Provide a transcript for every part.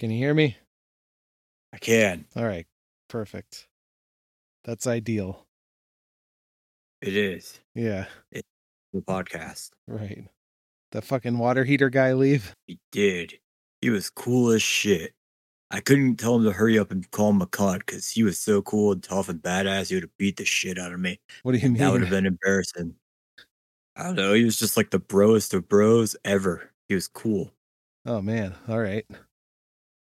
Can you hear me? I can. All right. Perfect. That's ideal. It is Yeah. the podcast. Right. That fucking water heater guy leave? He did. He was cool as shit. I couldn't tell him to hurry up and call him a cunt because he was so cool and tough and badass. He would have beat the shit out of me. What do you mean? That would have been embarrassing. I don't know. He was just like the broest of bros ever. He was cool. oh man. All right.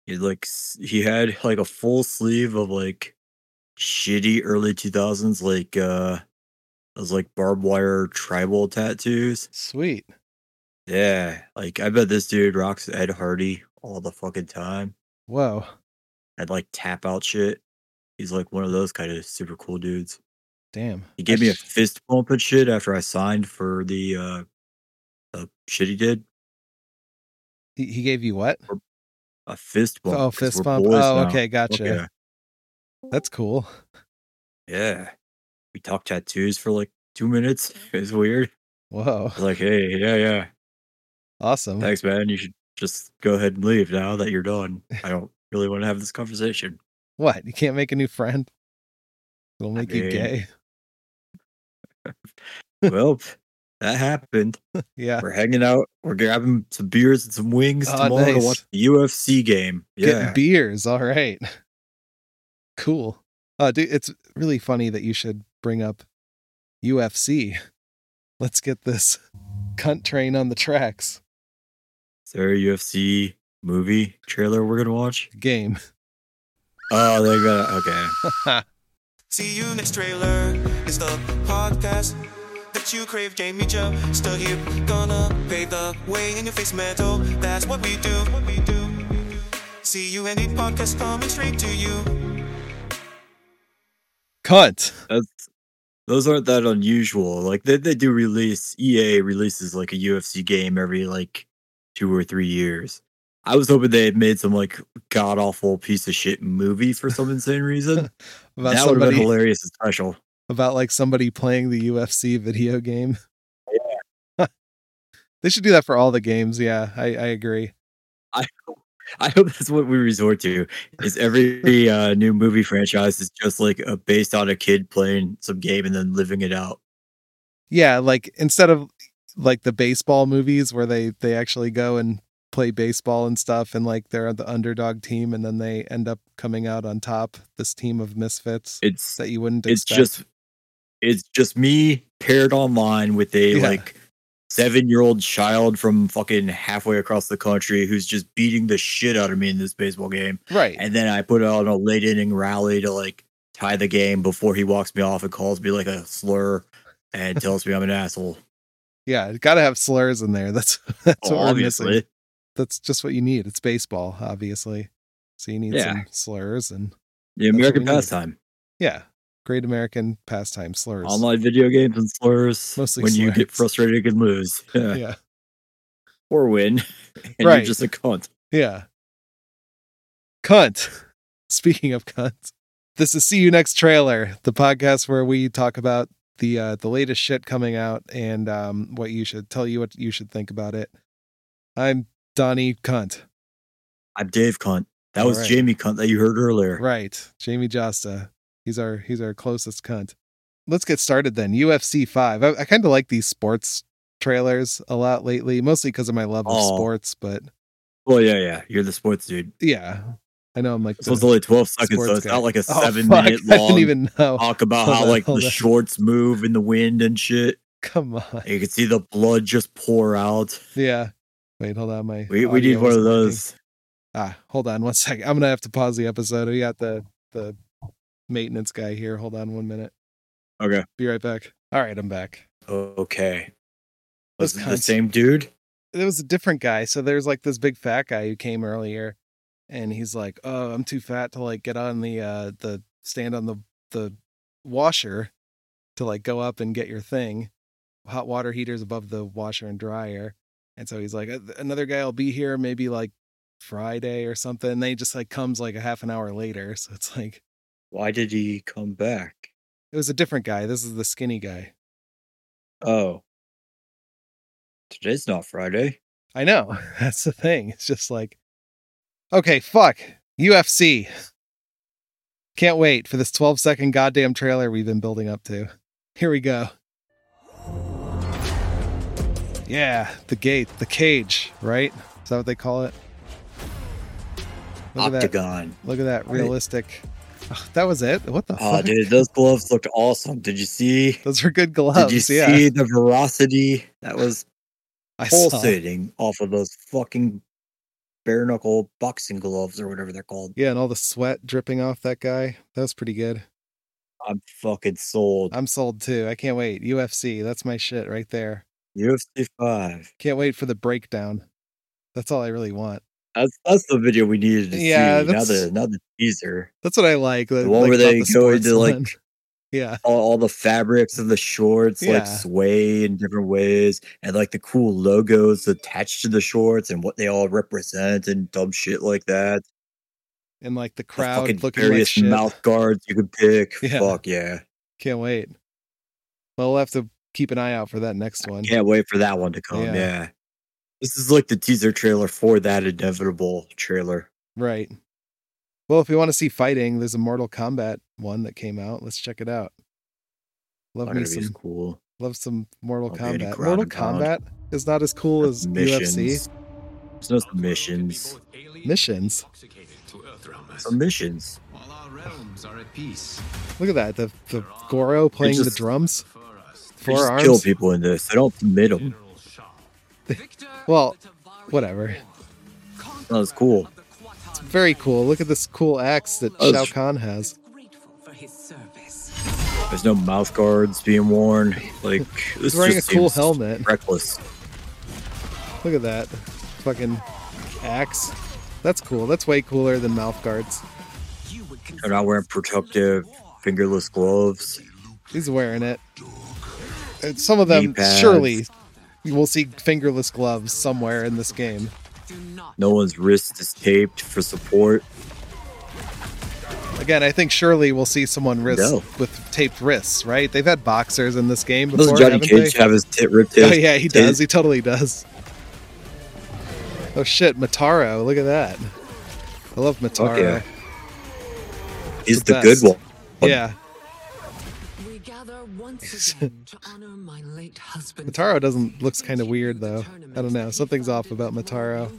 He had, like s- he had like a full sleeve of like shitty early two thousands like uh those like barbed wire tribal tattoos. Sweet. Yeah, like I bet this dude rocks Ed Hardy all the fucking time. Whoa. I'd like tap out shit. He's like one of those kind of super cool dudes. Damn. He I gave me a sh- fist bump and shit after I signed for the uh the shit he did. he, he gave you what? A fist bump. oh, 'cause fist we're bump. boys Oh, now. okay. Fuck Gotcha. yeah, That's cool. yeah. We talked tattoos for like two minutes. It was weird. Whoa. I was like, hey, yeah, yeah. Awesome. Thanks, man. You should just go ahead and leave now that you're done. I don't really want to have this conversation. What? You can't make a new friend? It'll make you mean- gay. well, that happened. Yeah. We're hanging out. We're grabbing some beers and some wings Oh, tomorrow nice. to watch the UFC game. Yeah, Getting beers. All right. Cool. Uh, dude, it's really funny that you should bring up UFC. Let's get this cunt train on the tracks is there a UFC movie trailer we're gonna watch? game. Oh, they got okay. See you next trailer. It's the podcast that you crave. Jamie Joe, still here, gonna pave the way in your face, metal. That's what we do. What we do. See you any podcast coming straight to you. Cunt. That's those aren't that unusual. Like they, they do release EA releases like a UFC game every like two or three years. I was hoping they had made some like god awful piece of shit movie for some insane reason. About that would have somebody been hilarious and special. about like somebody playing the UFC video game. they should do that for all the games. Yeah, I, I agree. I hope that's what we resort to. Is every uh, new movie franchise is just like a, based on a kid playing some game and then living it out. Yeah, like instead of like the baseball movies where they they actually go and play baseball and stuff and like they're the underdog team and then they end up coming out on top this team of misfits It's that you wouldn't it's expect. just it's just me paired online with a Yeah. like seven year old child from fucking halfway across the country who's just beating the shit out of me in this baseball game, right. and then I put on a late inning rally to like tie the game before he walks me off and calls me like a slur and tells me I'm an asshole. yeah, got to have slurs in there. That's that's what we're missing. obviously. That's just what you need. It's baseball, obviously. So you need Yeah. some slurs and The That's what American we need. pastime. Yeah. Great American pastime slurs. Online video games and slurs. Mostly when you get slurs. frustrated and lose Yeah. Yeah. or win, and Right. you're just a cunt. Yeah. Cunt. Speaking of cunt, this is See You Next Trailer, the podcast where we talk about the uh, the latest shit coming out and um, what you should tell you what you should think about it. I'm Donnie Cunt. I'm Dave cunt. That was Alright. Jamie cunt that you heard earlier. Right. Jamie Josta. He's our he's our closest cunt. Let's get started then. UFC 5. I, I kind of like these sports trailers a lot lately, mostly because of my love of Oh. sports, but Well, yeah, yeah. You're the sports dude. yeah. I know I'm like This was the- only 12 seconds, so sports it's guy. not like a Oh, seven fuck, minute I long didn't even know. talk about Hold how on, like the hold on. shorts move in the wind and shit. Come on. And you can see the blood just pour out. Yeah. Wait, hold on. My We, we need audio one of isn't working. those. Ah, hold on one second. I'm gonna have to pause the episode. We got the the maintenance guy here. Hold on one minute. Okay. Be right back. All right, I'm back. Okay. Those Was it the cunts. same dude? There was a different guy. So there's like this big fat guy who came earlier, and he's like, "Oh, I'm too fat to like get on the uh the stand on the the washer to like go up and get your thing. Hot water heaters above the washer and dryer." And so he's like, "Uh, "Another guy will be here maybe like Friday or something." And they just like comes like a half an hour later. So it's like Why did he come back? it was a different guy. This is the skinny guy. Oh. Today's not Friday. I know. That's the thing. It's just like Okay, fuck. UFC. Can't wait for this 12 second goddamn trailer we've been building up to. Here we go. Yeah, the gate, the cage, right? Is that what they call it? Look at that. Octagon. Look at that Right. realistic. Oh, that was it? What the Oh, fuck? dude, those gloves looked awesome. Did you see? Those were good Did gloves. you yeah. see the velocity that was I saw. pulsating off of those fucking bare knuckle boxing gloves or whatever they're called? Yeah, and all the sweat dripping off that guy. That was pretty good. I'm fucking sold. I'm sold too. I can't wait. UFC, that's my shit right there. UFC five. Can't wait for the breakdown. That's all I really want. That's that's the video we needed to Yeah, see. Now that's- the now the teaser. That's what I like. The one like about where they the go sports into, like, one. yeah, All, all the fabrics of the shorts Yeah. like sway in different ways, and like the cool logos attached to the shorts and what they all represent and dumb shit like that. and like the The crowd fucking looking like various shit. mouth guards you could pick. Yeah. Fuck yeah! Can't wait. Well, we'll have to keep an eye out for that next one. Can't wait for that one to come. Yeah. Yeah. This is like the teaser trailer for that inevitable trailer. Right. Well, if you want to see fighting, there's a Mortal Kombat one that came out. Let's check it out. Love me It's some cool. love some Mortal I'll be in a Kombat. ground Mortal and pound. Kombat is not as cool as UFC. Missions. There's no submissions. Missions. Submissions. While our realms are at peace, Look at that. The the Goro playing the just- drums. for us, They Four just arms. kill people in this. They don't submit them. General Shaw. Well, whatever. That was cool. It's very cool. Look at this cool axe that Oh, Shao it's- Kahn has. grateful for his service. There's no mouth guards being worn. Like this He's wearing just a cool seems helmet. Reckless. Look at that. Fucking axe. That's cool. That's way cooler than mouth guards. You would consider They're not wearing protective fingerless gloves. He's wearing it. And Some of Knee them, pads. surely, we'll see fingerless gloves somewhere in this game. do not No one's wrist is taped for support. Again, I think surely we'll see someone wrist No. with taped wrists, right? They've had boxers in this game before, Doesn't Johnny haven't Cage they? have his tit ripped? Oh his yeah, he tit? does. He totally does. Oh shit, Mataro! Look at that. I love Mataro. yeah. He's the the, good best. one. Yeah, we gather once again to honor my late husband. Mataro doesn't looks kind of weird though. I don't know. Something's off about Mataro.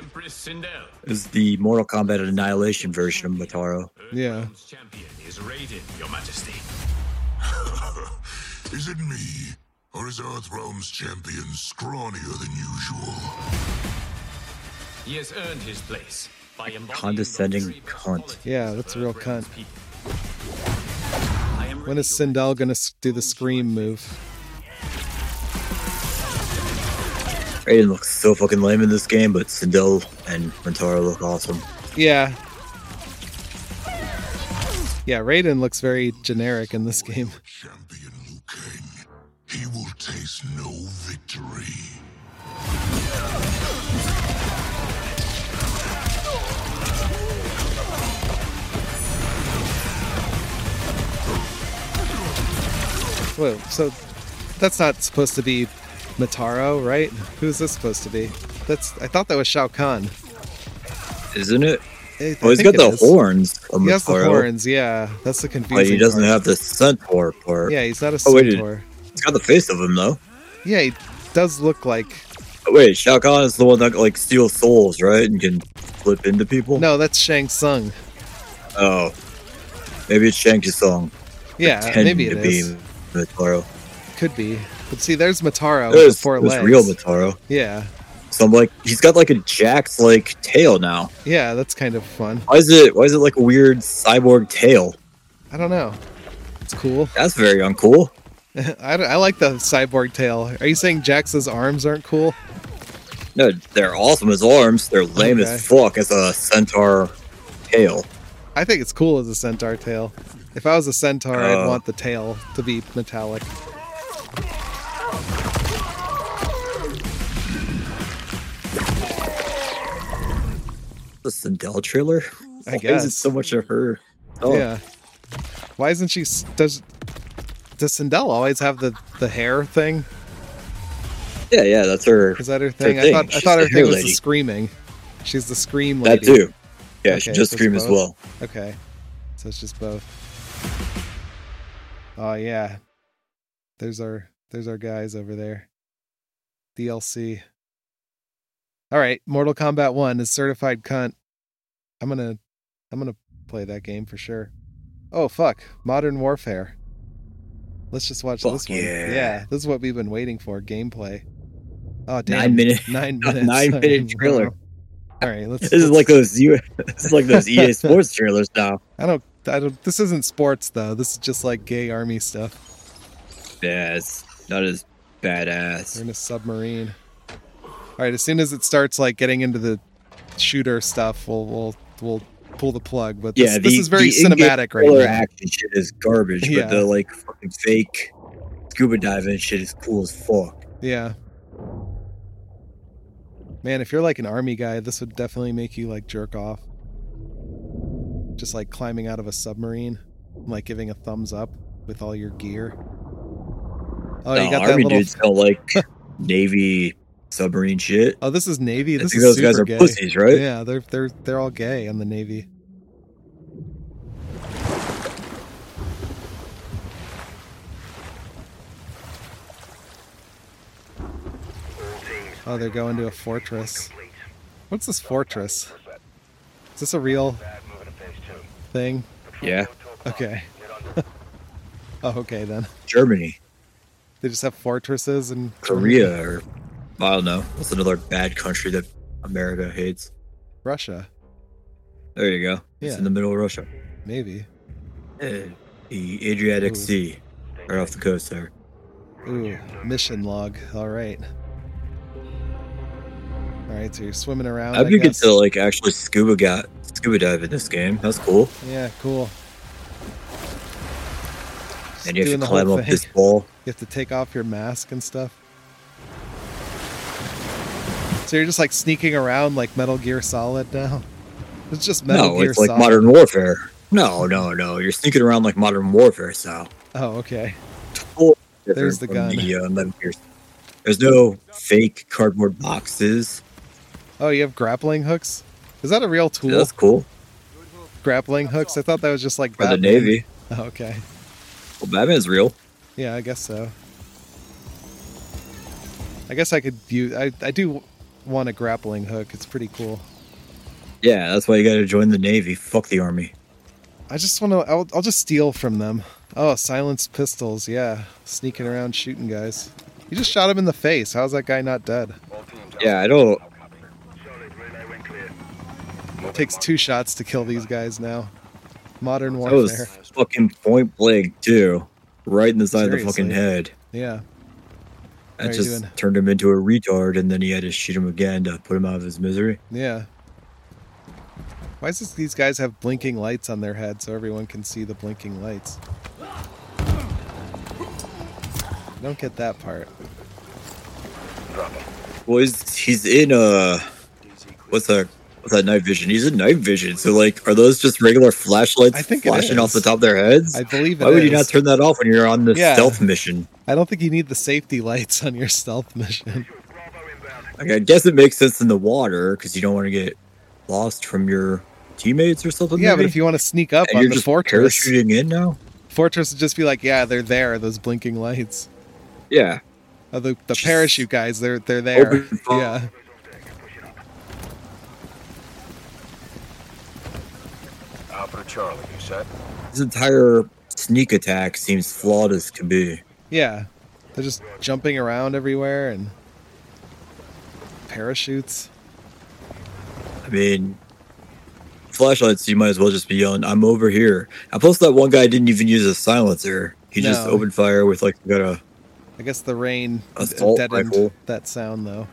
Empress Sindel, Is the Mortal Kombat Annihilation version of Mataro. Yeah, Earthrealm's champion, is raided, Your Majesty. Is it me, or is Earthrealm's champion scrawnier than usual? He has earned his place by embodying condescending the tree-based cunt. politics Yeah, of that's a real Earthrealm's cunt. people. I am when is ready to Sindel gonna s- do the scream move? Raiden looks so fucking lame in this game, but Sindel and Mataro look awesome. Yeah. Yeah, Raiden looks very generic in this game. Champion Liu Kang. He will taste no victory. Whoa, so that's not supposed to be Mataro, right? Who's this supposed to be? That's I thought that was Shao Kahn. Isn't it? I- I Oh, he's think got it the is. horns of He Mataro. has the horns, yeah. That's the confusing But he doesn't part. have the centaur part. Yeah, he's not a Oh, wait, centaur. He's got the face of him though. Yeah, he does look like Oh, wait, Shao Kahn is the one that like steals souls, right? And can flip into people. No, that's Shang Tsung. Oh, maybe it's Shang Tsung. Yeah, pretending Uh, maybe it to is. be Mataro. Could be. But see, there's Mataro There's with four there's legs. real Mataro. yeah, So I'm like, he's got like a Jack's like tail now. yeah, that's kind of fun. Why is it? Why is it like a weird cyborg tail? I don't know. It's cool. That's very uncool. I, I like the cyborg tail. Are you saying Jax's arms aren't cool? No, they're awesome as arms. They're lame Okay. as fuck as a centaur tail. I think it's cool as a centaur tail. If I was a centaur, I'd Oh. want the tail to be metallic. The Sindel trailer. I Why is it guess. so much of her? Oh, Yeah. Why isn't she? s- Does does Sindel always have the the hair thing? yeah, yeah. That's her. Is that her thing? I thing. thought I She's thought the her thing hair was the lady. screaming. She's the scream That lady. too. Yeah, she Okay, just so scream as both? well. Okay. So it's just both. Oh yeah. There's our there's our guys over there. DLC. All right, Mortal Kombat 1 is certified cunt. I'm going to I'm going to play that game for sure. Oh fuck, Modern Warfare. Let's just watch Fuck this one. yeah. this is what we've been waiting for, gameplay. Oh damn. Nine minute. 9 a minutes. nine-minute trailer. All right, let's This is like those U. This is like those EA Sports trailers now. I don't, I don't. This isn't sports though. This is just like gay army stuff. Yeah, it's not as They're badass. in a submarine. All right. As soon as it starts like getting into the shooter stuff, we'll we'll we'll pull the plug. But this, Yeah, this the- is very the in-game cinematic right Killer now. action shit is garbage, Yeah. but the like fucking fake scuba diving shit is cool as fuck. Yeah. Man, if you're like an army guy, this would definitely make you like jerk off. Just like climbing out of a submarine, and, like giving a thumbs up with all your gear. Oh, the you got that army little. dudes don't like navy submarine shit. Oh, this is Navy. I This think is those guys super are gay. pussies, right? Yeah, they're they're they're all gay on the Navy. Oh, they're going to a fortress. What's this fortress? Is this a real thing? Yeah, Okay. oh, okay then. Germany, They just have fortresses and Korea, or I don't know. What's another bad country that America hates? Russia, There you go. It's Yeah. in the middle of Russia. maybe. Eh, The Adriatic Ooh. Sea, right off the coast there. Ooh, mission log. All right. All right, so you're swimming around. I'd I be good guess. to like actually scuba got scuba dive in this game. That's cool. Yeah, cool. Just And you have doing to the whole climb up thing. this wall. You have to take off your mask and stuff. So you're just like sneaking around like Metal Gear Solid now. It's just Metal no, Gear it's like Solid. Modern Warfare. No, no, no. You're sneaking around like Modern Warfare style. Oh, okay. Totally different There's the from gun. uh, Metal Gear. There's no fake cardboard boxes. Oh, you have grappling hooks. Is that a real tool? Yeah, that's cool Grappling hooks. I thought that was just like for the Batman. Navy. Oh, okay. Well, Batman's real. Yeah, I guess so. I guess I could use. I I do want a grappling hook. It's pretty cool. Yeah, that's why you got to join the Navy. Fuck the Army. I just want to. I'll I'll just steal from them. Oh, silenced pistols. Yeah, sneaking around shooting guys. You just shot him in the face. How's that guy not dead? Yeah, I don't. takes two shots to kill these guys now. Modern That warfare. was fucking point blank too, right in the side of the fucking Seriously. head. Yeah. How That you just doing? turned him into a retard, and then he had to shoot him again to put him out of his misery. Yeah. Why is this these guys have blinking lights on their head so everyone can see the blinking lights? I don't get that part. Well, he's he's in uh, what's that? What's that night vision? He's in night vision. So like, are those just regular flashlights I think it flashing off the is. top of their heads? I believe it Why would you is. not turn that off when you're on the Yeah. stealth mission? I don't think you need the safety lights on your stealth mission. Like, I guess it makes sense in the water because you don't want to get lost from your teammates or something. yeah, but maybe? if you want to sneak up and on you're the just fortress, parachuting in now. fortress would just be like, yeah, they're there, those blinking lights. Yeah, Oh, the the Just parachute guys, they're they're there. open fire. Yeah. Alpha to Charlie, you said? this entire sneak attack seems flawed as can be. Yeah. They're just jumping around everywhere and parachutes. I mean, flashlights, you might as well just be yelling, I'm over here. And plus, that one guy didn't even use a silencer. He just No. opened fire with, like, got a, I guess the rain Assault deadened rifle. that sound though.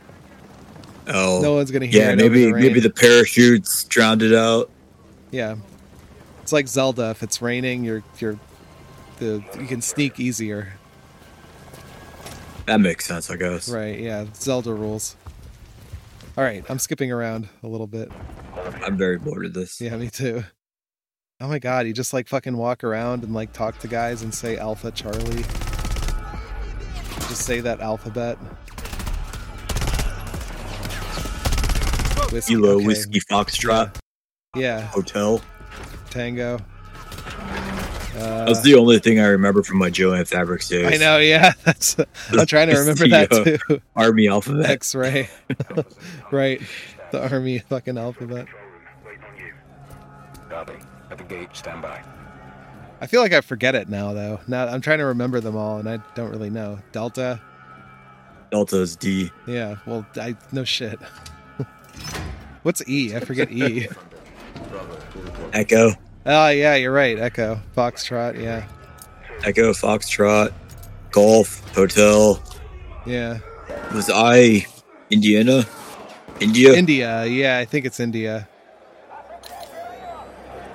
oh. No one's gonna hear. yeah, it over maybe the rain. maybe the parachutes drowned it out. yeah. It's like Zelda. If it's raining, you're you're the you can sneak easier. That makes sense, I guess. Right? Yeah. Zelda rules. All right, I'm skipping around a little bit. I'm very bored of this. Yeah, me too. Oh my god, you just like fucking walk around and like talk to guys and say Alpha Charlie. Just say that alphabet. Whiskey, Kilo okay. Whiskey Foxtrot Yeah, Hotel. Tango. Uh, That's the only thing I remember from my Joanne Fabrics days. I know. Yeah, that's. I'm trying to remember that It's the, uh, too. Army Alphabet. X-ray, right? The army fucking alphabet. Copy. At the gate, stand by. I feel like I forget it now, though. Now I'm trying to remember them all, and I don't really know. Delta. Delta's D. Yeah. Well, I no shit. What's E? I forget E. Echo. Oh yeah, you're right. Echo, Foxtrot. Yeah, Echo Foxtrot. Golf. Hotel. yeah. Was I Indiana? India? India. Yeah, I think it's India.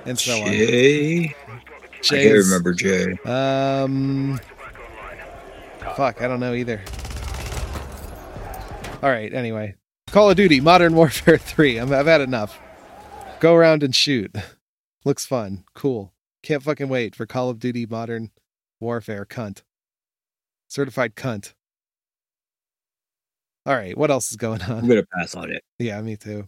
And so on. Jay? I can't Jay's- remember Jay. Um. Fuck, I don't know either. All right. Anyway, Call of Duty: Modern Warfare Three. I'm, I've had enough. Go around and shoot. Looks fun. Cool. Can't fucking wait for Call of Duty: Modern Warfare. Cunt. Certified cunt. All right. What else is going I'm on? gonna pass on it. Yeah, me too.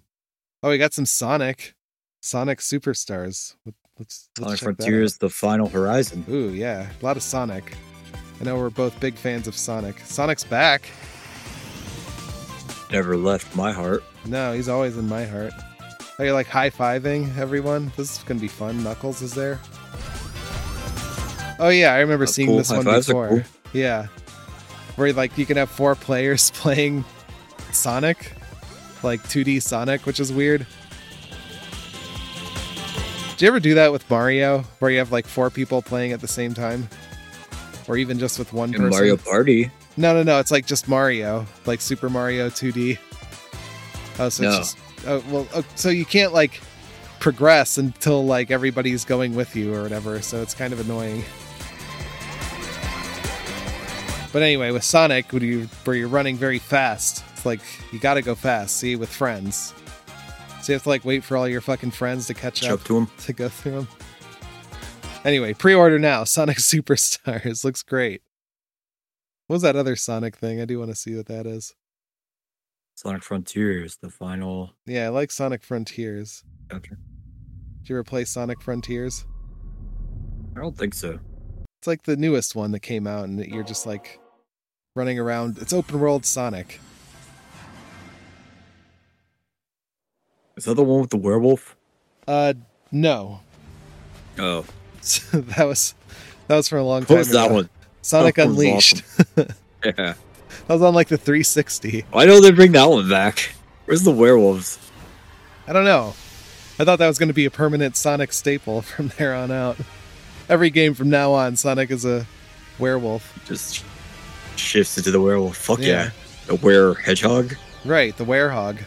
Oh, we got some Sonic. Sonic Superstars. Let- Let's, let's Sonic check that out. Frontiers, The Final Horizon. Ooh, yeah. A lot of Sonic. I know we're both big fans of Sonic. Sonic's back. Never left my heart. No, he's always in my heart. Are you like high fiving everyone? This is going to be fun. Knuckles is there. Oh, yeah. I remember That's seeing cool. this High one fives are before. cool. Yeah. Where like you can have four players playing Sonic, like 2D Sonic, which is weird. Do you ever do that with Mario, where you have like four people playing at the same time, or even just with one And person? Mario Party. No, no, no. It's like just Mario, like Super Mario 2D. Oh, so No. it's just oh, well. Oh, so you can't like progress until like everybody's going with you or whatever. So it's kind of annoying. But anyway, with Sonic, when you where you're running very fast, it's like you got to go fast. See, with friends, so you have to like wait for all your fucking friends to catch Chuck up to him. to go through them. Anyway, pre-order now. Sonic Superstars looks great. What was that other Sonic thing? I do want to see what that is. Sonic Frontiers, The Final. Yeah, I like Sonic Frontiers. chapter. Did you ever play Sonic Frontiers? I don't think so. It's like the newest one that came out, and you're just like running around. It's open world Sonic. Is that the one with the werewolf? Uh, no, Oh, that was that was from a long what time was ago. that one? Sonic That was Unleashed. Yeah. that was on like the 360. Why don't they bring that one back? Where's the werewolves? I don't know. I thought that was going to be a permanent Sonic staple from there on out. Every game from now on, Sonic is a werewolf. Just shifts into the werewolf. Fuck Yeah. yeah. The were hedgehog. Right, the werehog.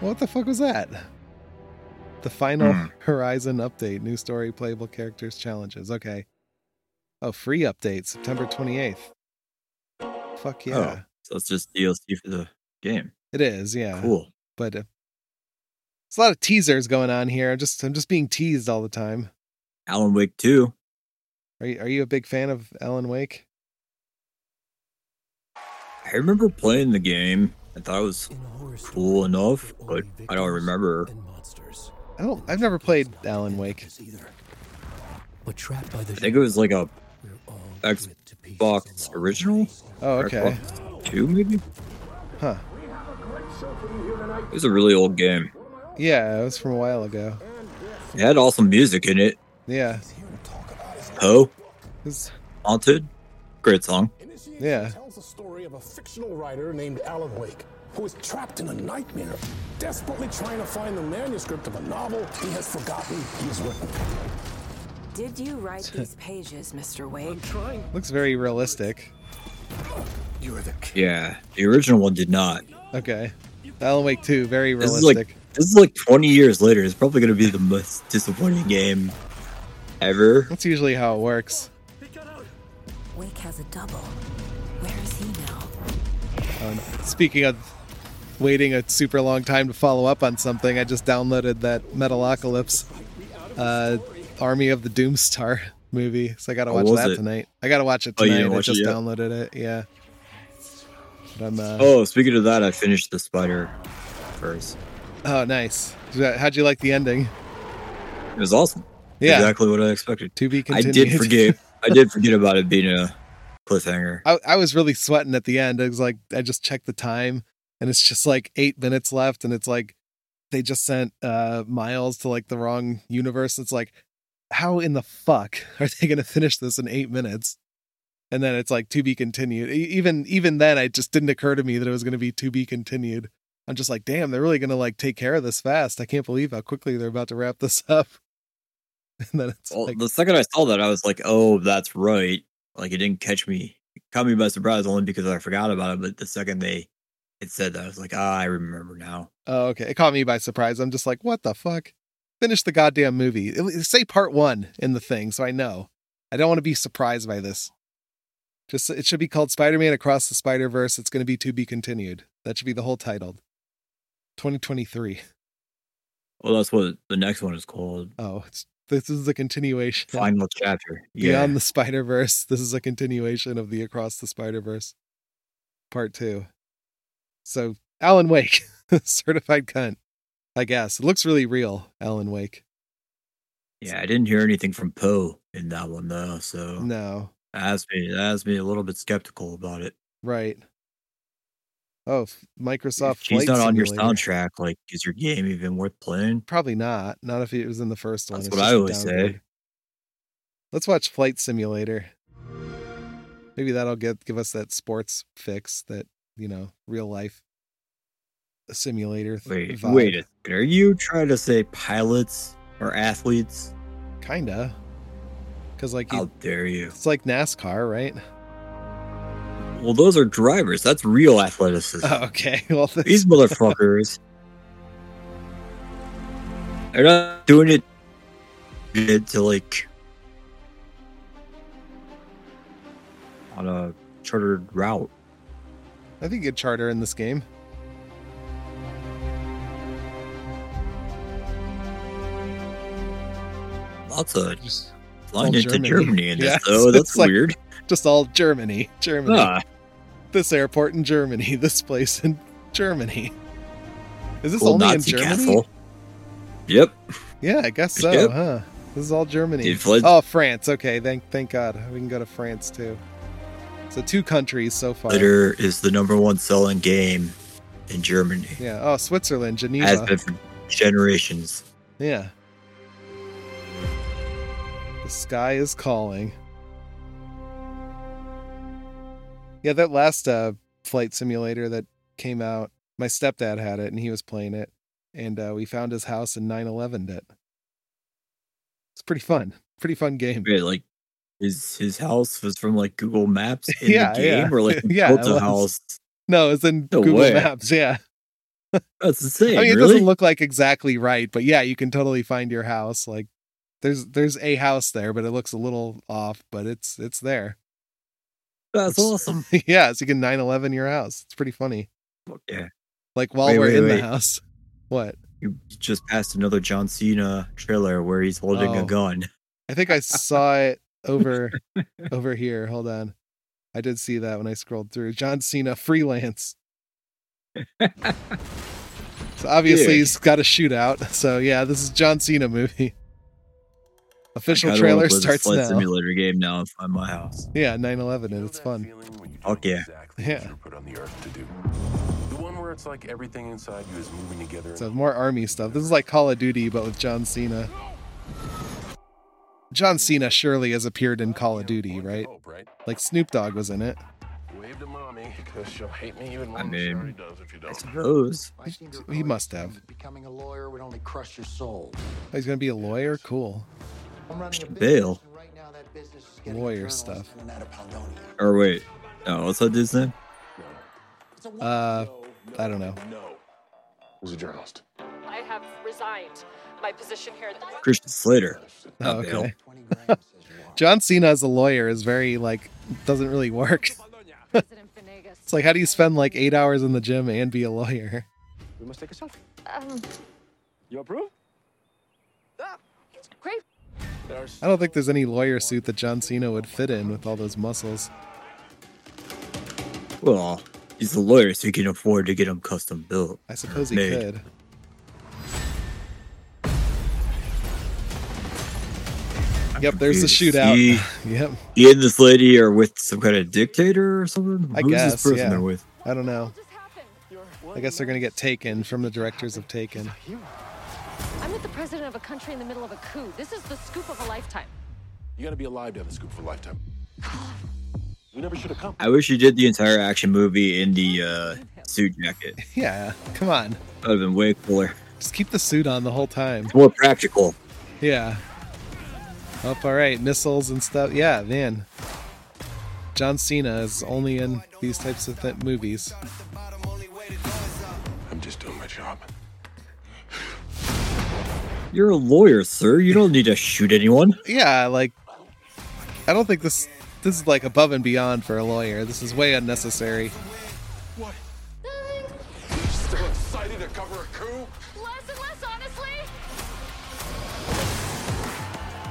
What the fuck was that? The final Hmm. Horizon update, new story, playable characters, challenges. Okay. Oh, free update, September 28th. Fuck yeah. Oh. So it's just DLC for the game. It is, yeah. Cool. but uh, it's a lot of teasers going on here. I'm just I'm just being teased all the time. Alan Wake 2. Are you are you a big fan of Alan Wake? I remember playing the game. I thought it was cool enough, but I don't remember. I don't. Oh, I've never played Alan Wake. But trapped by the I think it was like a Xbox original? Oh, okay. Xbox 2, maybe? Huh. It was a really old game. Yeah, it was from a while ago. It had awesome music in it. Yeah. It Poe, was- Haunted. Great song. Initiation Yeah. tells the story of a fictional writer named Alan Wake, who is trapped in a nightmare, desperately trying to find the manuscript of a novel he has forgotten he has written. Did you write these pages, Mr. Wake? looks very realistic. You're the Yeah. The original one did not. Okay. Alan Wake 2, very This is like realistic. this is like 20 years later. It's probably going to be the most disappointing game ever. That's usually how it works. Wake has a double. Where is he now? Speaking of waiting a super long time to follow up on something, I just downloaded that Metalocalypse uh, Army of the Doomstar movie. So I got to How watch was that it? tonight. I got to watch it Oh, you tonight. didn't I watch it just yet? downloaded it. Yeah. But I'm uh, Oh, speaking of that, I finished the spider first. oh nice. How'd you like the ending? It was awesome. Yeah, Exactly what I expected. to be I continued. did forget I did forget about it being a cliffhanger. I, I was really sweating at the end. I was like, I just checked the time and it's just like eight minutes left. And it's like, they just sent uh, Miles to like the wrong universe. It's like, how in the fuck are they going to finish this in eight minutes? And then it's like to be continued. E- Even even then, it just didn't occur to me that it was going to be to be continued. I'm just like, damn, they're really going to like take care of this fast. I can't believe how quickly they're about to wrap this up. And then it's Well, like, the second I saw that, I was like, "Oh, that's right." Like it didn't catch me, it caught me by surprise only because I forgot about it. But the second they it said that, I was like, "Ah, I remember now." Oh, okay. It caught me by surprise. I'm just like, what the fuck? Finish the goddamn movie. At least Say part one in the thing, so I know. I don't want to be surprised by this. Just it should be called Spider-Man Across the Spider-Verse. It's going to be to be continued. That should be the whole title. 2023. Well, that's what the next one is called. Oh, it's, this is a continuation. Final chapter. Yeah, Beyond the Spider-Verse. This is a continuation of the Across the Spider-Verse part 2. So, Alan Wake, certified cunt. I guess. It looks really real, Alan Wake. yeah. I didn't hear anything from Poe in that one though, so No, that has me that has me a little bit skeptical about it. right. Oh, f- Microsoft. If he's Flight not on your Simulator. soundtrack. Like, is your game even worth playing? Probably not. Not if it was in the first one. That's It's what I just a always say. downgrade. Let's watch Flight Simulator. Maybe that'll get give us that sports fix that you know real life simulator. th- Wait, vibe. wait. A, second, are you trying to say pilots or athletes? kinda. Because like How you, dare you? it's like NASCAR, right? Well, those are drivers. That's real athleticism. Oh, okay. Well, this- These motherfuckers. They're not doing it good to like on a chartered route. I think you could charter in this game. Lots of Just flying all into Germany. Germany, in Yeah, this though. it's That's like- weird. just all Germany, Germany. Huh. this airport in Germany, this place in Germany. Is this Old only Nazi in Germany? castle. Yep. Yeah, I guess so, Yep. huh? This is all Germany. Dude, Flood- Oh, France. Okay, thank thank God. We can go to France too. So two countries so far. Glitter is the number one selling game in Germany. Yeah. Oh, Switzerland, Has Geneva. been for generations. Yeah. The sky is calling. Yeah, that last uh, flight simulator that came out, my stepdad had it and he was playing it. And uh, we found his house and 9 11 it. It's pretty fun. Pretty fun game. Wait, like his his house was from like Google Maps in Yeah, the game, yeah. or like he Yeah, built it a was. house. No, it's in No Google way. Maps. Yeah. That's insane. I mean, it really? doesn't look like exactly right, but yeah, you can totally find your house. Like there's there's a house there, but it looks a little off, but it's it's there. That's Which- awesome. yeah, so you can 9-11 your house. It's pretty funny. Fuck yeah. Like while Wait, we're wait, in wait. the house. What? You just passed another John Cena trailer where he's holding Oh. a gun. I think I saw it over over here. Hold on. I did see that when I scrolled through. John Cena freelance. so obviously Dude. he's got a shootout. So yeah, this is John Cena movie. Official I kinda trailer wanna play this starts flight now. simulator game now if I'm my house. Yeah, 9-11 and it's fun. Fuck yeah. Yeah. yeah. You're put on the earth to do. The one where it's like everything inside you is moving together. So more army stuff. This is like Call of Duty, but with John Cena. John Cena surely has appeared in Call of Duty, right? Hope, right? Like Snoop Dogg was in it. Wave to mommy because she'll hate me even more I than she mean, already does if you I don't. suppose. He must have. Becoming a lawyer would only crush your soul. Oh, he's gonna be a lawyer. Cool. I'm running a Bill. business, and right now that business is getting Lawyer journalist stuff. and that a Paldonia. Or wait. Oh, what's that dude's name? It's a Uh, I don't know. No. Who's a journalist? I have resigned my position here. Christian Slater. Oh, Not Bale. okay. 20 grams as you are. John Cena as a lawyer is very like doesn't really work. It's like how do you spend like eight hours in the gym and be a lawyer? We must take a selfie. You approve? Ah, great. There are I don't think there's any lawyer suit that John Cena would fit in with all those muscles. Well, He's a lawyer, so he can afford to get them custom built. I suppose he Made. could. Yep, there's the confused. shootout. He- yep, He and this lady are with some kind of dictator or something. I Who's guess. this person yeah. they're with? I don't know. I guess they're gonna get taken from the directors of Taken. I'm with the president of a country in the middle of a coup. This is the scoop of a lifetime. You gotta be alive to have a scoop for a lifetime. We never should have come. I wish you did the entire action movie in the uh, suit jacket. Yeah, come on. That would have been way cooler. Just keep the suit on the whole time. It's more practical. Yeah. Oh, all right, missiles and stuff. Yeah, man. John Cena is only in these types of th- movies. I'm just doing my job. You're a lawyer, sir. You don't need to shoot anyone. Yeah, like I don't think this this is like above and beyond for a lawyer. This is way unnecessary. Still excited to cover a coup? Less and less, honestly.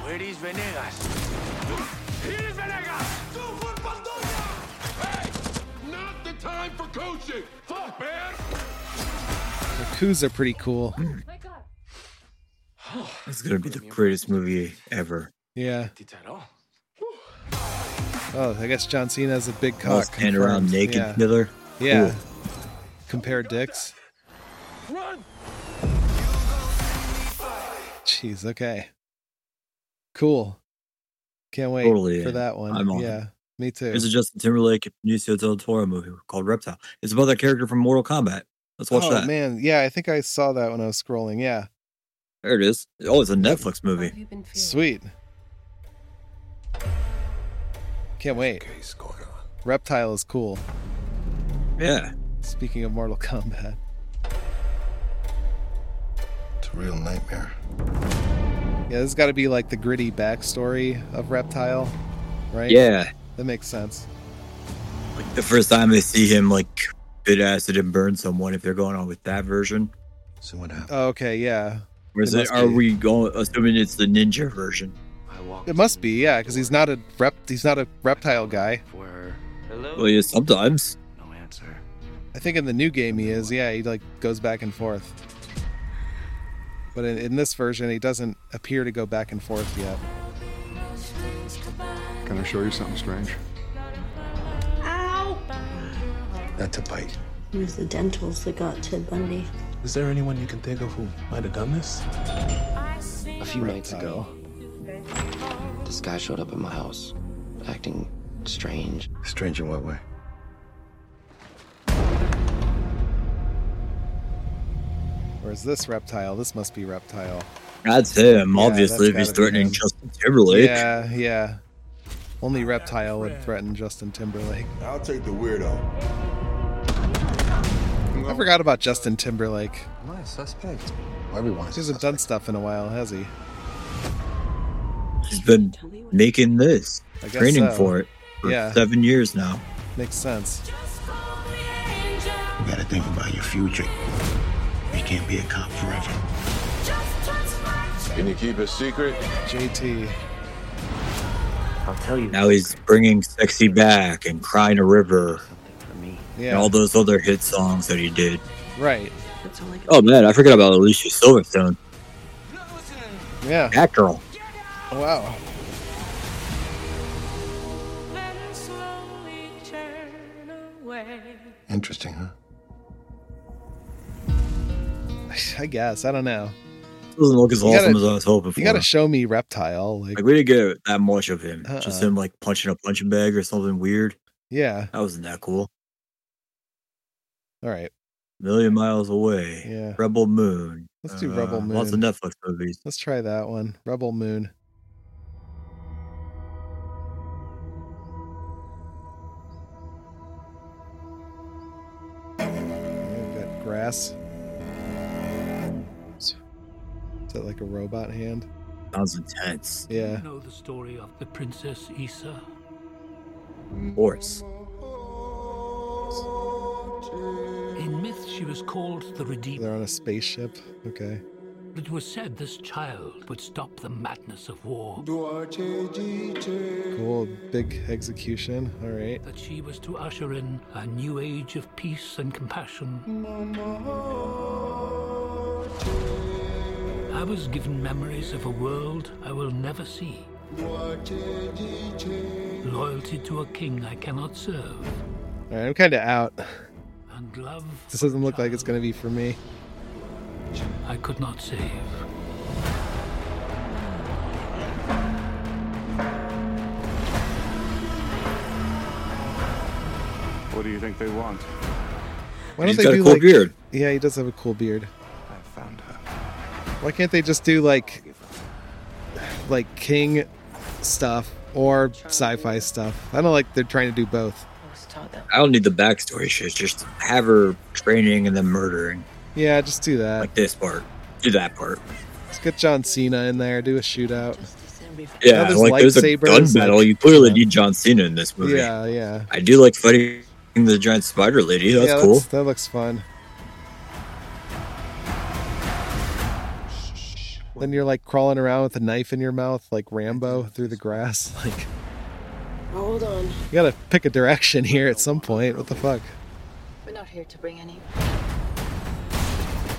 Where these Venegas? Here's Venegas! Go for Pandoya! Hey! Not the time for coaching! Fuck, man! The coups are pretty cool. Mm. It's gonna be the greatest movie ever. Yeah. Oh, I guess John Cena has a big cock. Must hand confirmed. around naked Yeah. killer. Yeah. Cool. Compare dicks. Run! Jeez. Okay. Cool. Can't wait Totally for in. that one. I'm on it. yeah. Me too. There's a Justin Timberlake and Benicio del Toro movie called Reptile. It's about that character from Mortal Kombat. Let's watch oh that. man, yeah, I think I saw that when I was scrolling. Yeah, There it is. Oh, it's a Netflix movie. sweet. Can't wait. Reptile is cool. Yeah. Speaking of Mortal Kombat, It's a real nightmare. yeah, this has got to be like the gritty backstory of Reptile, right? Yeah. that makes sense. Like the first time they see him like bit acid and burn someone, if they're going on with that version. So what happened? Oh, okay, yeah, Or is It it, must are be. we going assuming it's the ninja version? I walked it must be yeah, because he's not a rep. He's not a reptile guy. for her. Hello? Well yeah, sometimes. No answer. I think in the new game he is. Yeah, he like goes back and forth. But in, in this version, he doesn't appear to go back and forth yet. Can I show you something strange? That's a bite. It was the dentals that got Ted Bundy. Is there anyone you can think of who might have done this? A few nights ago, this guy showed up at my house, acting strange. Strange in what way? Or is this reptile? This must be reptile. That's him, Yeah, obviously, that's if he's gotta be threatening him. Justin Timberlake. Yeah, yeah. Only reptile would threaten Justin Timberlake. I'll take the weirdo. I forgot about Justin Timberlake. Am I a suspect? Everyone's. He hasn't done stuff in a while, has he? He's been making this, I guess training so. for it for Yeah. seven years now. Makes sense. You gotta think about your future. You can't be a cop forever. Can you keep a secret? JT. I'll tell you Now he's bringing Sexy back and Crying a River for me. Yeah. and all those other hit songs that he did. Right. That's all I Oh man, I forgot about Alicia Silverstone. Yeah. That girl. Wow. Interesting, huh? I guess. I don't know. Doesn't look as You awesome gotta- as I was hoping for. You gotta show me reptile. Like, like we didn't get that much of him. Just Uh-uh. him like punching a punching bag or something weird. yeah. That wasn't that cool. All right. Million miles away. Yeah. Rebel Moon. Uh, Let's do Rebel Lots of Moon. Netflix movies. Let's try that one. Rebel Moon. We've got grass. Is that like a robot hand? Sounds intense. Yeah. know the story of the Princess Issa? Of course. In myth, she was called the Redeemer. They're on a spaceship. Okay. It was said this child would stop the madness of war. Cool, big execution. All right. That she was to usher in a new age of peace and compassion. I was given memories of a world I will never see. Loyalty to a king I cannot serve. All right, I'm kind of out. And love This doesn't look like it's going to be for me. I could not save. What do you think they want? Why don't He's they got a do cool like, beard. Yeah, he does have a cool beard. I found her. Why can't they just do like like king stuff or sci-fi stuff? I don't like they're trying to do both. I don't need the backstory shit. Just have her training and then murdering. Yeah, just do that. Like this part. Do that part. Let's get John Cena in there, do a shootout. Yeah, Now like there's a gun lightsabers, battle. like- You clearly need John Cena in this movie. Yeah, yeah. I do like fighting the giant spider lady. That's yeah, cool. that looks fun. Then you're like crawling around with a knife in your mouth, like Rambo through the grass. Like, Hold on. you gotta pick a direction here at some point. What the fuck? We're not here to bring any.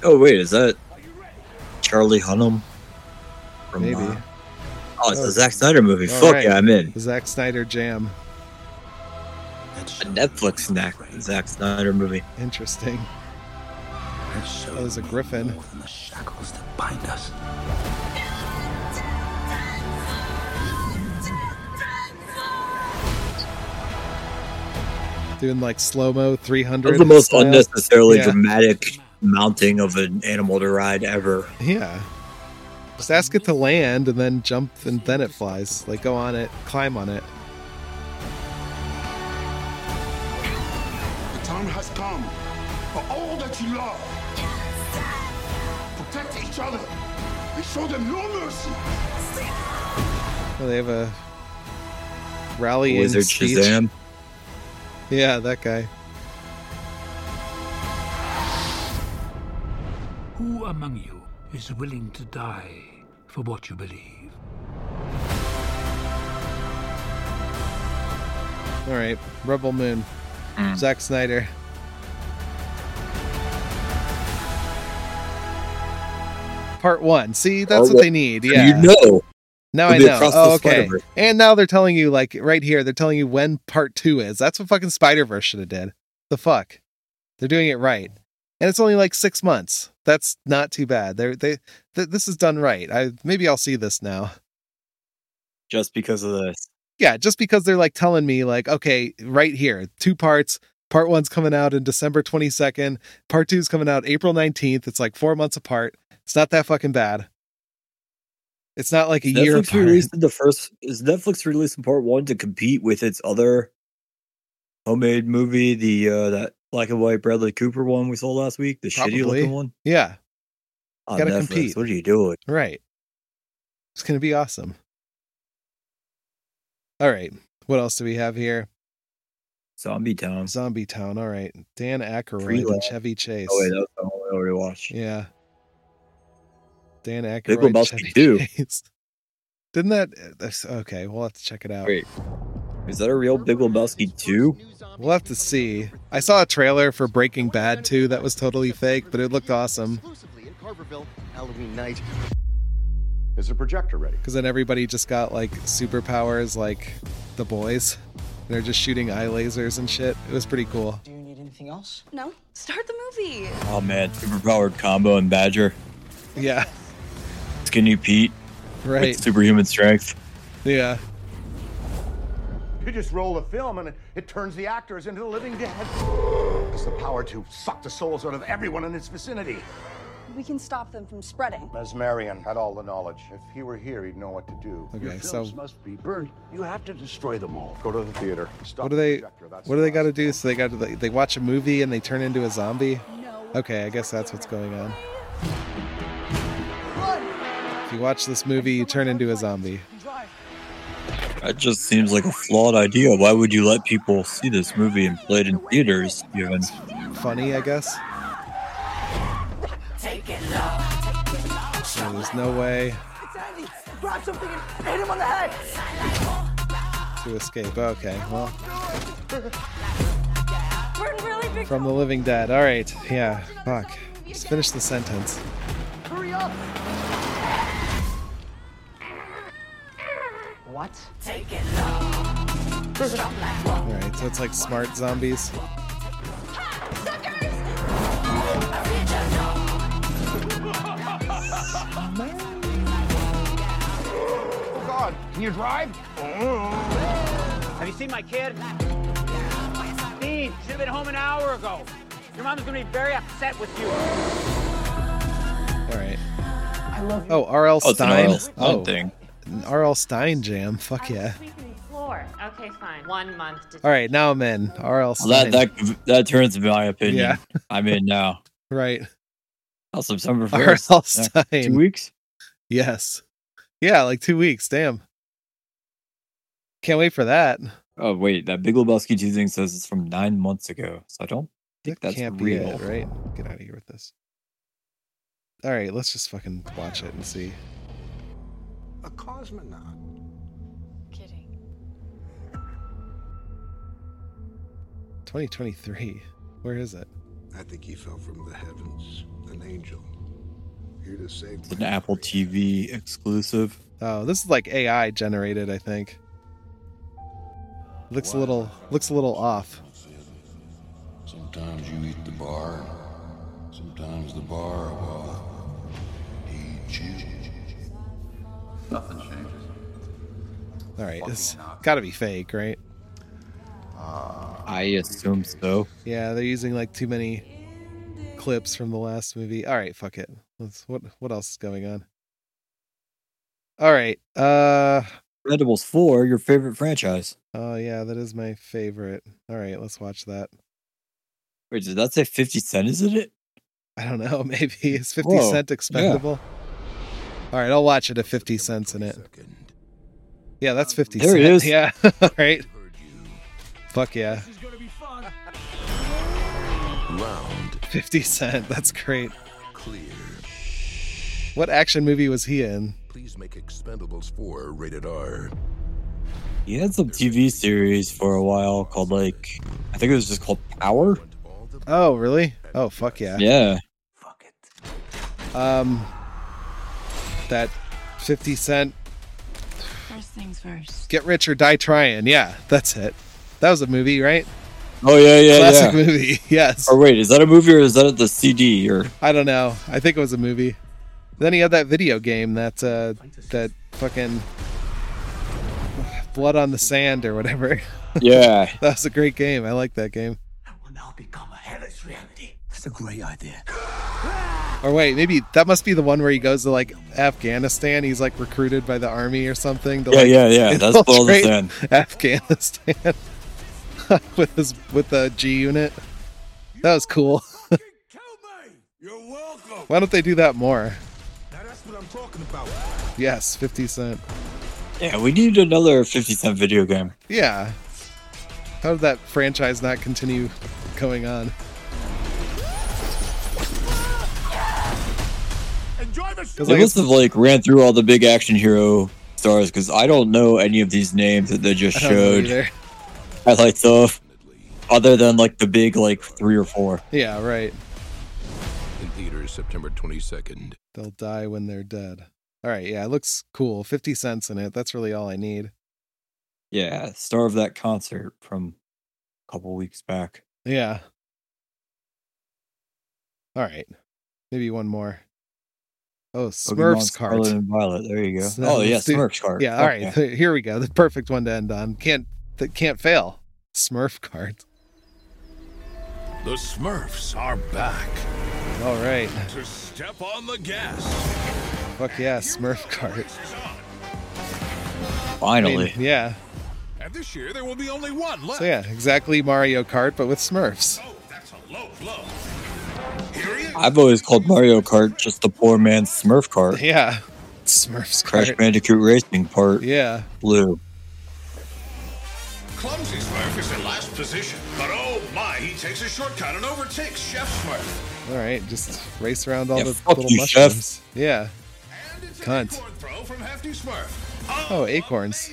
Oh wait, is that Charlie Hunnam? From, Maybe. uh, oh, it's a Zack Snyder movie. All Fuck right. yeah, I'm in. Zack Snyder jam. A Netflix snack. Zack Snyder movie. Interesting. Oh, there's a griffin. Bind us. Doing like slow mo 300. That was the most style. unnecessarily Yeah. dramatic mounting of an animal to ride ever. Yeah. Just ask it to land and then jump and then it flies. Like go on it, climb on it. The time has come for all that you love. Protect each other and show them no mercy. Oh, they have a rally in Wizard speech. Shazam. Yeah, that guy. Who among you is willing to die for what you believe? All right, Rebel Moon, Hmm. Zack Snyder. Part one. See, that's Oh, what wha- they need. you Yeah, know. Now It'll I be know. across the Oh, okay. Spider-Verse. And now they're telling you, like right here, they're telling you when part two is. That's what fucking Spider Verse should have did. The fuck, they're doing it right, and it's only like six months. That's not too bad. They're, they th- this is done right. I maybe I'll see this now. Just because of this. yeah, just because they're like telling me, like, okay, right here, two parts. Part one's coming out in December 22nd. Part two's coming out April 19th. It's like four months apart. It's not that fucking bad. It's not like a year Netflix apart. released the first is Netflix releasing part one to compete with its other homemade movie, the uh that black and white Bradley Cooper one we saw last week, the shitty Probably. looking one. Yeah, On Gotta Netflix. compete. What are you doing? right. It's going to be awesome. All right. What else do we have here? Zombie Town. Zombie Town. All right. Dan Aykroyd Freelance. and Chevy Chase. Oh wait, that was the one we already watched. Yeah. Dan Big Aykroyd. and Chevy Lebowski too. Chase. Didn't that? uh, that's- Okay, we'll have to check it out. Wait. Is that a real Big Lebowski two? We'll have to see. I saw a trailer for Breaking Bad too. That was totally fake, but it looked awesome Carverville, Halloween night. Is the projector ready? because then everybody just got like superpowers, like the boys. They're just shooting eye lasers and shit. It was pretty cool. Do you need anything else? No. Start the movie. Oh man, superpowered combo and Badger. Yeah, Skinny Pete. Right. With superhuman strength. yeah. You just roll the film and it turns the actors into the living dead. It's the power to suck the souls out of everyone in its vicinity. We can stop them from spreading. Mesmerian had all the knowledge. If he were here, he'd know what to do. Okay, Your films so- must be burned. You have to destroy them all. Go to the theater. Stop What do they? What do they got to do? So they got to they watch a movie and they turn into a zombie. Okay, I guess that's what's going on. If you watch this movie, you turn into a zombie. That just seems like a flawed idea. Why would you let people see this movie and play it in theaters? Even Funny, I guess. Take it low. And there's no way It's Andy. Grab something and hit him on the head. to escape. Okay, well, We're in really big. from the living dead. All right, yeah, fuck. Just finish the sentence. Hurry up. What? Take it low. Stop like All right, so it's like smart zombies. Oh God, can you drive? Have you seen my kid? Steve, should have been home an hour ago. Your mom's gonna be very upset with you. All right. I love Oh, R.L. Oh, it's an Stein. R.L. Stein thing. an R.L. Stein jam. Fuck yeah. Uh, Floor. Okay, fine. One month. To All right, now I'm in. R.L. That Stein. that that turns my opinion. Yeah. I'm in now. Right. Oh, September first. R.L. Stein. Two weeks. Yes. Yeah, like two weeks. Damn. Can't wait for that. Oh wait, that Big Lebowski two thing says it's from nine months ago, so I don't think That that's can't be real. it, right? Get out of here with this. All right, let's just fucking watch it and see. A cosmonaut. Kidding. 2023. Where is it? I think he fell from the heavens, an angel, here to save. It's an Apple TV exclusive. Oh, this is like AI generated, I think. Looks a little looks a little off. Sometimes you eat the bar, sometimes the bar will eat you. Nothing changes. All right, it's got to be fake, right? I assume so. Yeah, they're using like too many clips from the last movie. All right, fuck it. Let's what what else is going on? All right. Uh Incredibles four, your favorite franchise. oh yeah, that is my favorite. All right, let's watch that. Wait, did that say Fifty Cent? Is in it? I don't know. Maybe is 50 Whoa, Cent yeah. expendable? All right, I'll watch it if 50 cents in it. Yeah, that's 50 There it Cent. is. Yeah. All right. Fuck yeah. Round 50 Cent. That's great. clear. What action movie was he in? Please make Expendables 4 rated R. He had some TV series for a while called like I think it was just called Power. Oh, really? Oh, fuck yeah. Yeah. Um that 50 Cent First things first. Get Rich or Die Trying. Yeah, that's it. That was a movie, right? Oh yeah, yeah, Classic yeah. movie. Yes. Or wait, is that a movie or is that the CD or I don't know. I think it was a movie. Then he had that video game that uh that fucking Blood on the Sand or whatever. Yeah. that was a great game. I like that game. Hellish reality. That's a great idea. Or wait, maybe that must be the one where he goes to like Afghanistan. He's like recruited by the army or something. To, Yeah, like, yeah, yeah. That's Blood on the infiltrate Afghanistan with his with the G unit. That was cool. Why don't they do that more? Yes, fifty cent. Yeah, we need another 50 cent video game. Yeah. How did that franchise not continue going on? They 'Cause, like, must have like ran through all the big action hero stars because I don't know any of these names that they just I don't know showed. either. I like stuff other than like the big like three or four. Yeah, right. In theaters September 22nd. They'll die when they're dead. All right, yeah, it looks cool. 50 cents in it. That's really all I need. Yeah, star of that concert from a couple weeks back. Yeah. All right. Maybe one more. Oh, Pokemon Smurfs cart. Scarlet and Violet. There you go. So oh yeah, let's do- Smurfs card. Yeah, all right. Here we go. The perfect one to end on. Can't that can't fail. Smurf cart. The Smurfs are back. All right. To step on the gas. Fuck yeah, Smurf cart. I mean, Finally. yeah. And this year there will be only one left. So Oh, yeah, exactly Mario Kart but with Smurfs. I've always called Mario Kart just the poor man's Smurf cart. Yeah. Smurfs Crash cart. Bandicoot Racing part. Yeah. Blue. Clumsy Smurf is in last position. But oh my, he takes a shortcut and overtakes Chef Smurf. All right, just race around all Yeah, the fuck little you, Chef. mushrooms. Yeah. cunt. Throw from Hefty Smurf. Oh, acorns.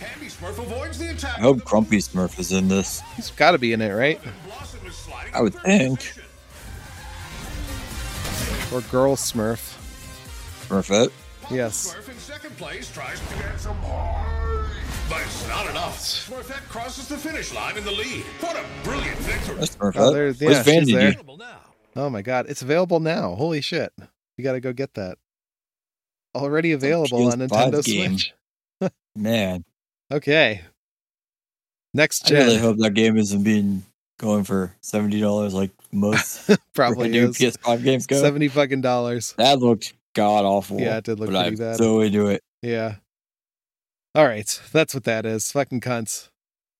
Oh, Hammy Smurf avoids the attack. I hope Grumpy Smurf is in this. He's got to be in it, right? I would think. Or girl Smurf. Smurfette. Yes. Smurf in second place tries to get some more, but it's not enough. Smurfette crosses the finish line in the lead. What a brilliant victory! That's Smurfette. Oh, there- Where's yeah, she's Vanity? there. Oh my god, it's available now. Holy shit. You got to go get that. Already available on PS5 Nintendo game. Switch. Man, Okay. Next I really gen. hope that game isn't being going for seventy dollars like most Probably new is. PS5 games go. 70 fucking dollars. That looked god awful. Yeah, it did look but pretty I'm bad. So into it. Yeah. All right. That's what that is. Fucking cunts.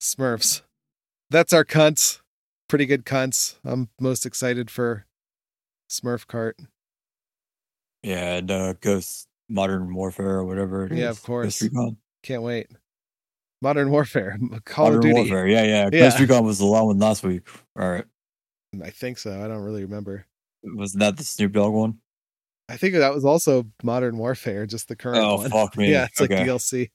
Smurfs. That's our cunts. Pretty good cunts. I'm most excited for Smurf Cart. Yeah, and uh, Ghost Modern Warfare or whatever. it Yeah, is. of course. Ghost Recon. Can't wait. Modern Warfare. Call Modern of Duty. Warfare. Yeah, yeah. Ghost Recon was the long one last week. All right. I think so. I don't really remember. Wasn't that the Snoop Dogg one? I think that was also Modern Warfare, just the current Oh, one. fuck me. Yeah, it's Okay. like DLC.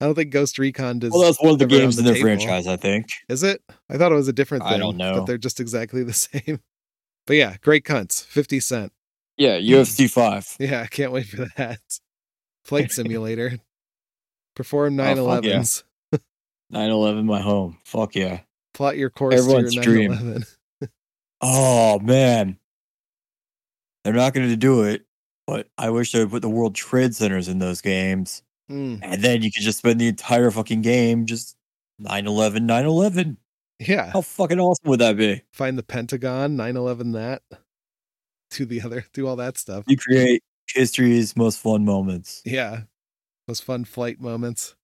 I don't think Ghost Recon does. Well, that's one of the ever on games in their table. franchise, I think. Is it? I thought it was a different I thing. don't know. But they're just exactly the same. But yeah, great cunts. 50 Cent. Yeah, UFC 5. Yeah, I can't wait for that. Flight Simulator. Perform Oh, fuck 911s. yeah. 9/11, my home. Fuck yeah. Plot your course Everyone's to your dream. 911. Oh man, they're not going to do it. But I wish they would put the World Trade Centers in those games, Mm. and then you could just spend the entire fucking game just 9/11, 9/11. Yeah. How fucking awesome would that be? Find the Pentagon, 911 that. Do the other, do all that stuff. You create history's most fun moments. Yeah. Those fun flight moments.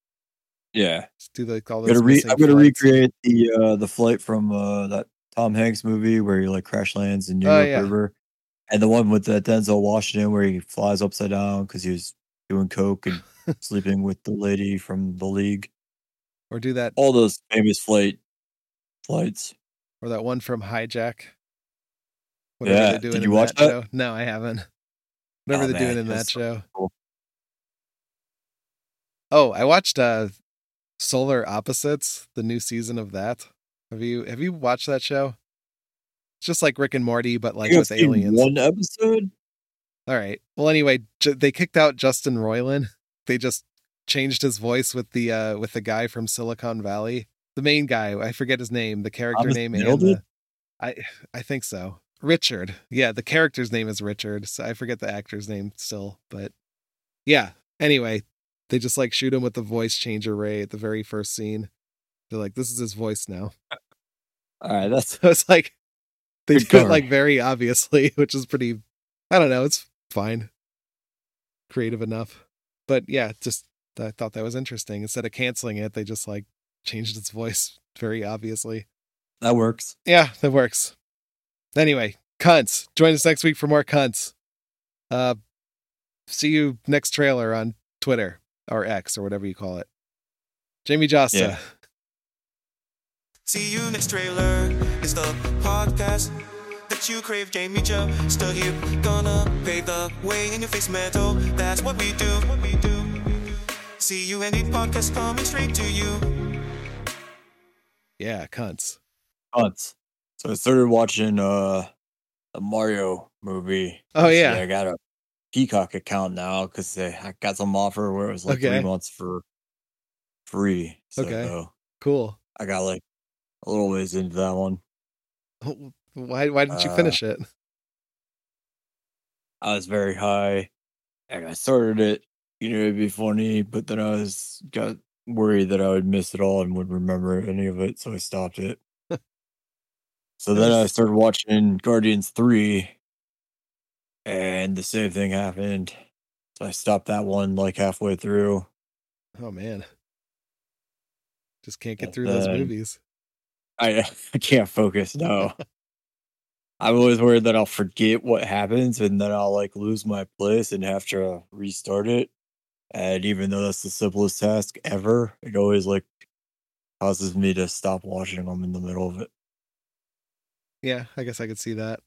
Yeah, Just do like all I'm those. gonna, re- missing I'm gonna flights. recreate the uh, the flight from uh, that Tom Hanks movie where he like crash lands in New Oh, York yeah. River, and the one with uh, Denzel Washington where he flies upside down because he was doing coke and sleeping with the lady from the league. Or do that, All those famous flight flights. or that one from Hijack. Yeah, they're doing did in you watch that? show. No, I haven't. Whatever Oh, they're man, doing in it was that so show. cool. Oh, I watched uh Solar Opposites, the new season of that. Have you have you watched that show? It's just like Rick and Morty, but I like think I've with seen aliens. one episode. All right. Well, anyway, ju- they kicked out Justin Roiland. They just changed his voice with the uh with the guy from Silicon Valley, the main guy. I forget his name, the character Thomas name, and Meredith? the, I I think so. Richard. Yeah, the character's name is Richard. So I forget the actor's name still, but yeah. Anyway, they just like shoot him with the voice changer ray at the very first scene. They're like, "This is his voice now." All right, that's So it's like they Good do it cover. like very obviously, which is pretty. I don't know. It's fine, creative enough. But yeah, just I thought that was interesting. Instead of canceling it, they just like changed its voice very obviously. that works. Yeah, that works. Anyway, cunts. Join us next week for more cunts. Uh, see you next trailer on Twitter or X or whatever you call it. Jamie Josta. Yeah. See you next trailer. It's the podcast that you crave. Jamie Joe, still here, gonna pave the way in your face, metal. That's what we do. What we do. See you any podcast coming straight to you. Yeah, cunts. Months. So I started watching uh the Mario movie. Oh, Actually, yeah. I got a Peacock account now because I got some offer where it was like Okay. three months for free. So Okay. Cool. I got like a little ways into that one. Why why didn't you Uh, finish it? I was very high and I started it, you know, it'd be funny, but then I was got worried that I would miss it all and wouldn't remember any of it, so I stopped it. so then I started watching Guardians 3 and the same thing happened. So I stopped that one like halfway through. Oh man. Just can't get And through those then- movies. I I can't focus now. I'm always worried that I'll forget what happens and then I'll like lose my place and have to restart it. And even though that's the simplest task ever, it always like causes me to stop watching them in the middle of it. Yeah, I guess I could see that.